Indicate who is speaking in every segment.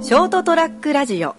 Speaker 1: ショートトラックラジオ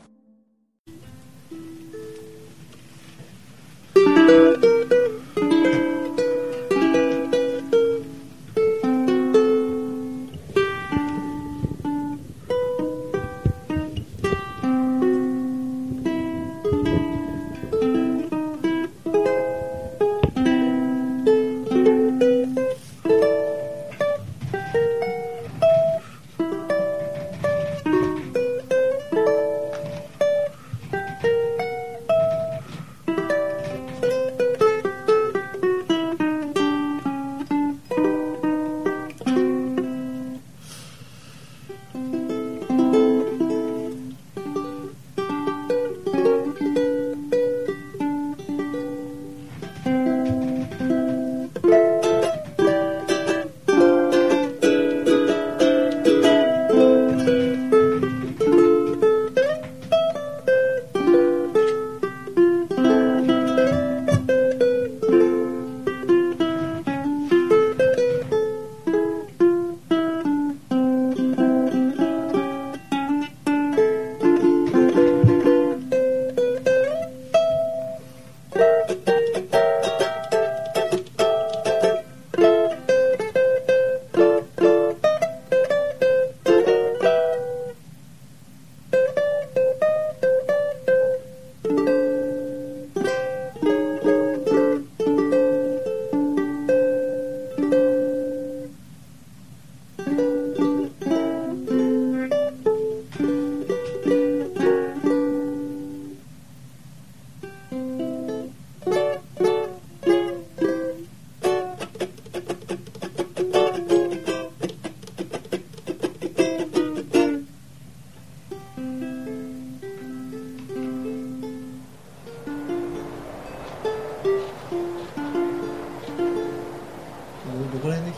Speaker 2: どこら辺で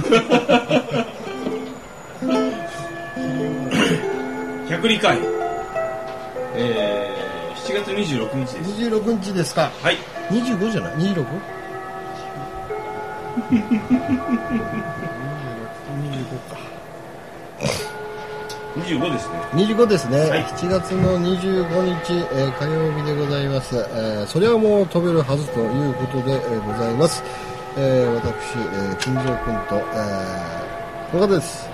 Speaker 2: 切るの
Speaker 3: 102回、えー、7月26日です。
Speaker 2: ?26 日ですか
Speaker 3: はい。
Speaker 2: 25じゃない ?26?26 か
Speaker 3: 25ですね。
Speaker 2: 25ですね、
Speaker 3: はい
Speaker 2: 7月の25日、えー火曜日でございます、えーそれはもう飛べるはずということで、えーございます、えー私、えー、金城君と、えー、この方です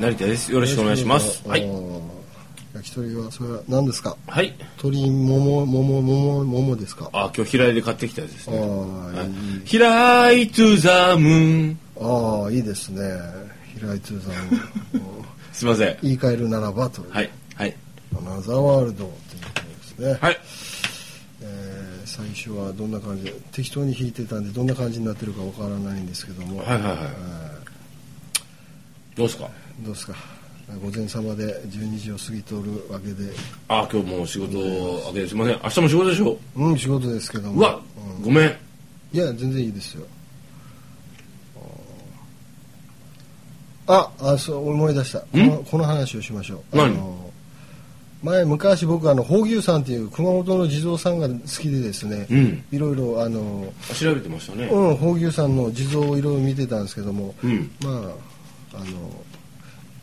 Speaker 3: 成田です。よろしくお願いします。はい。
Speaker 2: おー焼き鳥はそれは何ですか
Speaker 3: はい。
Speaker 2: 鳥ももももももももですか
Speaker 3: あ、今日平井で買ってきたやつです
Speaker 2: あ
Speaker 3: ね。
Speaker 2: ーいい
Speaker 3: 平井 to the moon。
Speaker 2: ああいいですね平井通さんを
Speaker 3: すいません。
Speaker 2: 言い換えるならばという、
Speaker 3: はい。はい。
Speaker 2: アナザーワールドということですね、
Speaker 3: はい。
Speaker 2: えー最初はどんな感じで適当に弾いてたんでどんな感じになってるかわからないんですけども、
Speaker 3: はいはいはいどうですか
Speaker 2: えーどうですか午前様で12時を過ぎとるわけで
Speaker 3: あ、今日もう仕事明けですいません。明日も仕事でしょ
Speaker 2: うん仕事ですけども
Speaker 3: うわ、ごめん。
Speaker 2: いや全然いいですよああそう思い出したこのこの話をしましょう
Speaker 3: 何
Speaker 2: あの前昔僕あの宝牛さんっていう熊本の地蔵さんが好きでですね、
Speaker 3: うん
Speaker 2: いろいろあの、
Speaker 3: 調べてましたね。
Speaker 2: うん、宝牛さんの地蔵をいろいろ見てたんですけども、
Speaker 3: うん
Speaker 2: まああの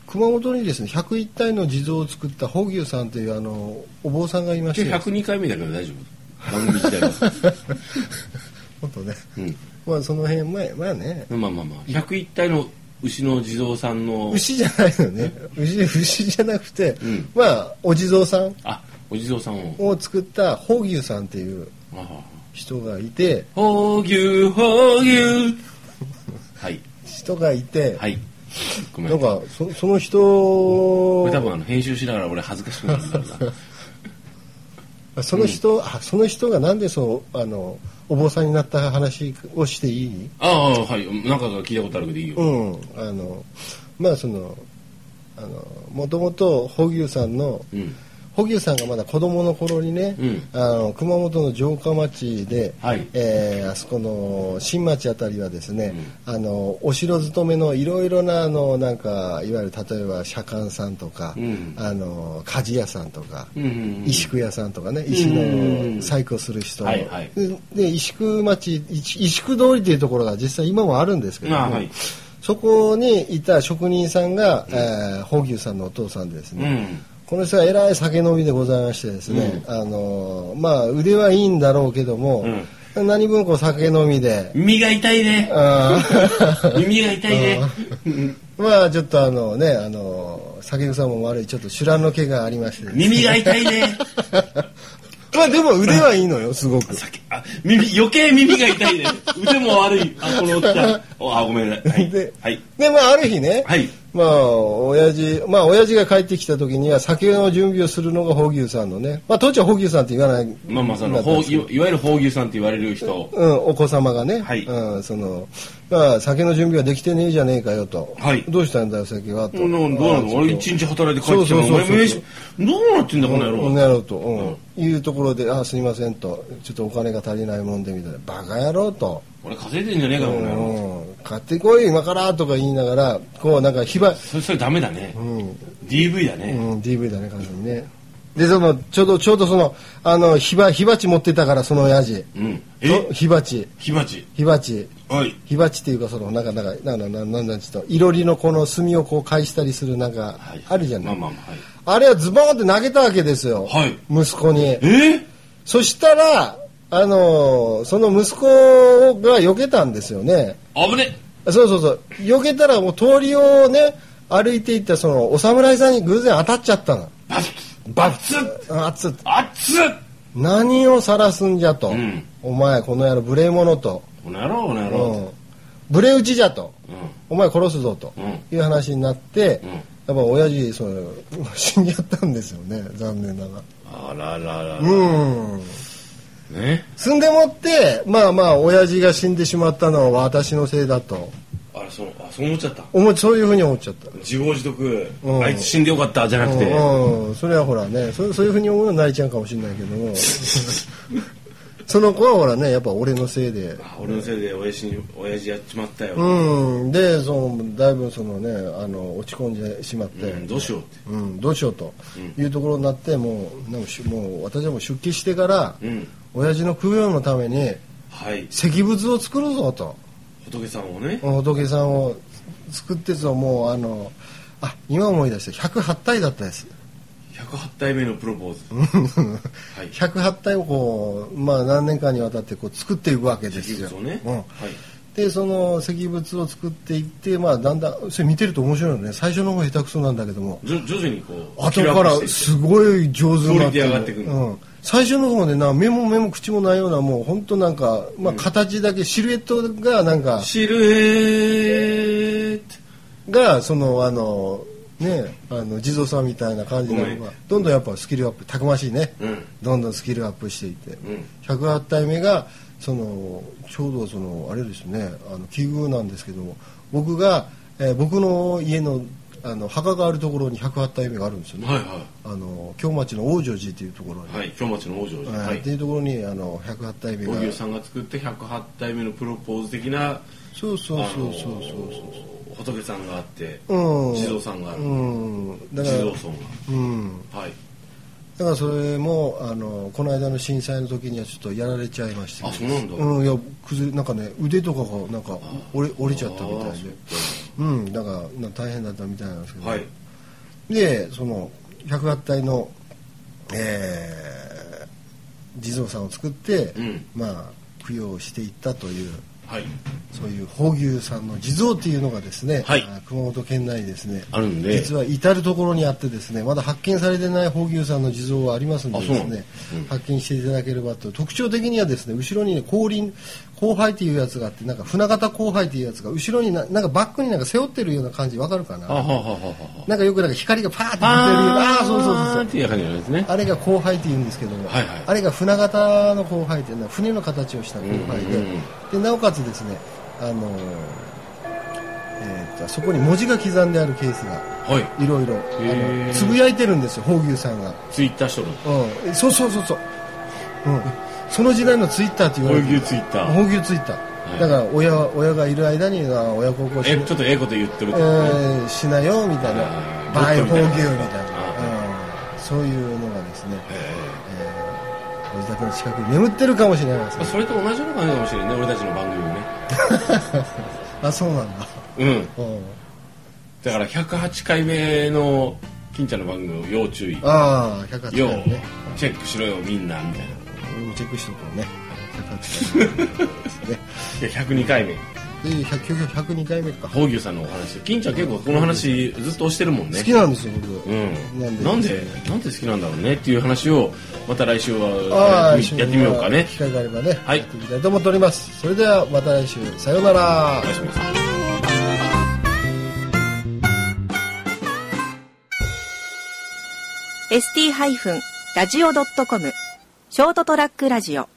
Speaker 2: 熊本にですね101体の地蔵を作った宝牛さんというあのお坊さんがいまして
Speaker 3: 今日102回目だけど大丈夫。番組自体 は。
Speaker 2: 本当ね、
Speaker 3: うん。
Speaker 2: まあその辺前まあね
Speaker 3: まあまあまあ。101体の牛の地蔵さんの。
Speaker 2: 牛じゃないのね牛牛じゃなくて、
Speaker 3: ん
Speaker 2: まあお地蔵さん
Speaker 3: あ、お地蔵さんを。
Speaker 2: を作った宝牛さんっていう
Speaker 3: あ
Speaker 2: 人がいて
Speaker 3: あ。ほうぎゅうほうぎゅう。はい。
Speaker 2: 人がいて、
Speaker 3: はい。ごめん。
Speaker 2: なん
Speaker 3: こ
Speaker 2: かそその人
Speaker 3: れ多分あの編集しながら俺恥ずかしくなるんだろうな。
Speaker 2: その人、あその人がなんでそうあのお坊さんになった話をしていい
Speaker 3: ああ、はい。なんかが聞いたことあるけどいいよ。
Speaker 2: うんあのまあそのあのもともと宝牛さんの
Speaker 3: うん。
Speaker 2: 保牛さんがまだ子供の頃にね、
Speaker 3: うん
Speaker 2: あの熊本の城下町で、
Speaker 3: はい
Speaker 2: えーあそこの新町あたりはですね、あのお城勤めのいろいろなあのなんかいわゆる例えば左官さんとか、
Speaker 3: うん
Speaker 2: あの鍛冶屋さんとか、
Speaker 3: うんうんうん
Speaker 2: 石工屋さんとかね
Speaker 3: ん
Speaker 2: 石の細工をする人、
Speaker 3: はいはい
Speaker 2: でで石工町石石工通りというところが実際今もあるんですけども、
Speaker 3: あはい
Speaker 2: そこにいた職人さんが、えー、宝牛さんのお父さんでです
Speaker 3: う
Speaker 2: ね、
Speaker 3: ん。
Speaker 2: この人はえらい酒飲みでございましてですね、あのーまあ腕はいいんだろうけども、何分こう酒飲みで、
Speaker 3: 耳が痛い ね。
Speaker 2: あー
Speaker 3: 耳が痛いね。
Speaker 2: まあちょっとあのね、あのー酒臭も悪いちょっと修羅の毛がありまして、
Speaker 3: 耳が痛いね。
Speaker 2: まあでも腕はいいのよすごく。
Speaker 3: あ、耳、余計耳が痛いね。腕も悪い。あ、このおっちゃん。おあ、ごめんなさい。はい
Speaker 2: で。
Speaker 3: はい。
Speaker 2: でまあある日ね、
Speaker 3: はい。
Speaker 2: まあ親父まあ親父が帰ってきた時には酒の準備をするのが宝牛さんのね、まあ当時は宝牛さんって言わない。
Speaker 3: まあまあ、その、ほういわいわゆる宝牛さんって言われる人。
Speaker 2: うん、お子様がね、
Speaker 3: はい
Speaker 2: うん、その、まあ、酒の準備はできてねえじゃねえかよと、
Speaker 3: はい
Speaker 2: どうしたんだよ、酒はと。
Speaker 3: どうな
Speaker 2: ああ
Speaker 3: の
Speaker 2: ちょっと
Speaker 3: 俺一日働いて帰ってきたの
Speaker 2: そうそうそうそう
Speaker 3: 俺飯どうなってんだこの
Speaker 2: こ
Speaker 3: 野
Speaker 2: の
Speaker 3: 郎
Speaker 2: 野郎と、うんいうところで、あすいませんと、ちょっとお金が足りないもんでみたいな、バカ野郎と、
Speaker 3: 俺稼いでんじゃねえかこの野郎
Speaker 2: うん、買ってこい、今からとか言いながら、こう、なんか、ひば、
Speaker 3: それそれダメだね
Speaker 2: うん、
Speaker 3: DV だ
Speaker 2: う
Speaker 3: ね
Speaker 2: ん、DV だね、完全にね。で、その、ちょうど、ちょうどその、あの、火ば、火鉢持ってたから、その親父。
Speaker 3: うん
Speaker 2: と
Speaker 3: え
Speaker 2: 火鉢、
Speaker 3: 火鉢
Speaker 2: 火鉢。
Speaker 3: はい
Speaker 2: 火鉢っていうかそのなんかなんかなんだなんだなんだちょっといろりのこの炭をこう返したりするなんか
Speaker 3: はい
Speaker 2: あるじゃない、
Speaker 3: まあまあまあはい
Speaker 2: あれはズボンって投げたわけですよ、
Speaker 3: はい
Speaker 2: 息子に
Speaker 3: えー
Speaker 2: そしたらあのーその息子が避けたんですよね
Speaker 3: 危ね
Speaker 2: そうそうそう避けたらもう通りをね歩いていったそのお侍さんに偶然当たっちゃったの
Speaker 3: バツ
Speaker 2: バ
Speaker 3: バツ
Speaker 2: あっつ
Speaker 3: あっつ
Speaker 2: 何を晒すんじゃと、
Speaker 3: うん
Speaker 2: お前この野郎無礼者と、
Speaker 3: この野郎この
Speaker 2: う
Speaker 3: 野
Speaker 2: ん
Speaker 3: 郎、
Speaker 2: 無礼打ちじゃと
Speaker 3: う
Speaker 2: お前殺すぞと
Speaker 3: う
Speaker 2: いう話になって、
Speaker 3: ん
Speaker 2: やっぱ親父その死んじゃったんですよね残念ながら
Speaker 3: あららら
Speaker 2: うん
Speaker 3: ね
Speaker 2: 住んでもってまあまあ親父が死んでしまったのは私のせいだと
Speaker 3: あらそうあそう思っちゃった
Speaker 2: 思っそういうふうに思っちゃった
Speaker 3: 自業自得
Speaker 2: うん
Speaker 3: あいつ死んでよかったじゃなくて
Speaker 2: うんうんそれはほらねそそういうふうに思うのは泣いちゃうかもしれないけど もその子はほらねやっぱ俺のせいで
Speaker 3: あ俺のせいで親父に親父やっちまったよ
Speaker 2: うんでそのだいぶそのねあの落ち込んでしまって、
Speaker 3: うんどうしようって
Speaker 2: うん、どうしようというところになって、もうなんかしもう私はもう出家してから、
Speaker 3: うん
Speaker 2: 親父の供養のために
Speaker 3: はい
Speaker 2: 石仏を作るぞと
Speaker 3: 仏さんをね
Speaker 2: 仏さんを作ってぞもうあのあ今思い出した108体だったです
Speaker 3: 108体目のプロポーズ はい
Speaker 2: 108体をこう、まあ、何年間にわたってこう作っていくわけです
Speaker 3: 石
Speaker 2: よ
Speaker 3: 仏をね、
Speaker 2: う
Speaker 3: は
Speaker 2: ん、でその石仏を作っていって、まあ、だんだんそれ見てると面白いのね最初の方下手くそなんだけども
Speaker 3: い、じょ徐々にこう
Speaker 2: 後
Speaker 3: キラ
Speaker 2: か
Speaker 3: ーアッ
Speaker 2: ら
Speaker 3: プして
Speaker 2: すごい上手になって
Speaker 3: クオリティ上がってくる
Speaker 2: うん、最初の方ねな目も目も口もないようなもう本当なんか、まあ、形だけシルエットがなんか、
Speaker 3: シルエット
Speaker 2: がそのあのねあの地蔵さんみたいな感じなの
Speaker 3: ごめ
Speaker 2: が
Speaker 3: ん
Speaker 2: どんどんやっぱスキルアップたくましいね、
Speaker 3: うん
Speaker 2: どんどんスキルアップしていって、
Speaker 3: ん
Speaker 2: 108体目がそのちょうどそのあれですねあの奇遇なんですけども僕が、えー僕の家のあの墓があるところに108体目があるんですよね、
Speaker 3: はいは
Speaker 2: あの京町の王女寺というところに、
Speaker 3: いはい京町の王女
Speaker 2: はい
Speaker 3: はい
Speaker 2: っていうところにあの108体目が
Speaker 3: 大牛さんが作って108体目のプロポーズ的な
Speaker 2: そうそうそうそうそうそう
Speaker 3: う仏さんがあって、
Speaker 2: うん
Speaker 3: 地蔵さんがある、
Speaker 2: うんだか
Speaker 3: 地蔵
Speaker 2: ら
Speaker 3: 尊
Speaker 2: うん
Speaker 3: がはい
Speaker 2: だからそれもあのこの間の震災の時にはちょっとやられちゃいました
Speaker 3: あそうなんだ
Speaker 2: うんいや崩れなんかね腕とかがなんか折れ折れちゃったみたいでうんだからなんか大変だったみたいなんですけど、
Speaker 3: はい
Speaker 2: でその108体の、えー地蔵さんを作って、
Speaker 3: うん
Speaker 2: まあ供養していったという
Speaker 3: はい
Speaker 2: そういう宝牛さんの地蔵っていうのがですね、
Speaker 3: はい
Speaker 2: あ熊本県内にですね
Speaker 3: あるんで
Speaker 2: 実は至る所にあってですねまだ発見されてない宝牛さんの地蔵はありますんでです
Speaker 3: あそうな
Speaker 2: ね
Speaker 3: の、
Speaker 2: 発見していただければと特徴的にはですね後ろにね後輪後輩っていうやつがあってなんか船形後輩っていうやつが後ろにななんかバックになんか背負ってるような感じわかるかな
Speaker 3: あははははは
Speaker 2: なんかよくなんか光がパーって出てるああーそうそうそうそう
Speaker 3: っていう感じなんですね
Speaker 2: あれが後輩って言うんですけども、
Speaker 3: はいはい
Speaker 2: あれが船型の後輩っていうのは船の形をした後輩で,、
Speaker 3: うんう
Speaker 2: で
Speaker 3: ん
Speaker 2: なおかつですね、あのーえーとそこに文字が刻んであるケースが
Speaker 3: はい
Speaker 2: いろいろあ
Speaker 3: へ
Speaker 2: の
Speaker 3: ー
Speaker 2: つぶやいてるんですよ宝牛さんが、
Speaker 3: ツイッターしとる
Speaker 2: うんえ、そうそうそうそう、うん、その時代のツイッターって言われ
Speaker 3: 大
Speaker 2: てる
Speaker 3: 牛ツイッター
Speaker 2: 宝牛ツイッター、
Speaker 3: い
Speaker 2: だから親は親がいる間には親孝行し
Speaker 3: え
Speaker 2: て
Speaker 3: ちょっとええこと言ってる
Speaker 2: えーしなよみたいな
Speaker 3: あー
Speaker 2: バイ宝牛みたいな、うんそういうのがですね、えーご自宅の近くに眠ってるか もしれないですね
Speaker 3: それと同じような感じかもしれないね俺たちの番組もね
Speaker 2: あそうなんだ
Speaker 3: うん。
Speaker 2: うん。
Speaker 3: だから108回目の金ちゃんの番組を要注意。
Speaker 2: ああ、108回
Speaker 3: 要
Speaker 2: ね。
Speaker 3: チェックしろよ、みんな、みたいな。
Speaker 2: 俺もチェックしとこ うね。108回ですね。
Speaker 3: で102回目、
Speaker 2: で、100 102回目か。
Speaker 3: 宝牛さんのお話。金ちゃん結構この話ずっと推してるもんね。
Speaker 2: 好きなんですよ、僕。
Speaker 3: うん。
Speaker 2: な
Speaker 3: なんん
Speaker 2: で
Speaker 3: で、なんで好きなんだろうねっていう話を、また来週
Speaker 2: あ
Speaker 3: は
Speaker 2: あ、
Speaker 3: やってみようかね。
Speaker 2: 機会があればね、
Speaker 3: はい
Speaker 2: やってみたいと思っております。それではまた来週、さようなら
Speaker 3: お。やすみなさい。
Speaker 1: ST-radio.com ショートトラックラジオ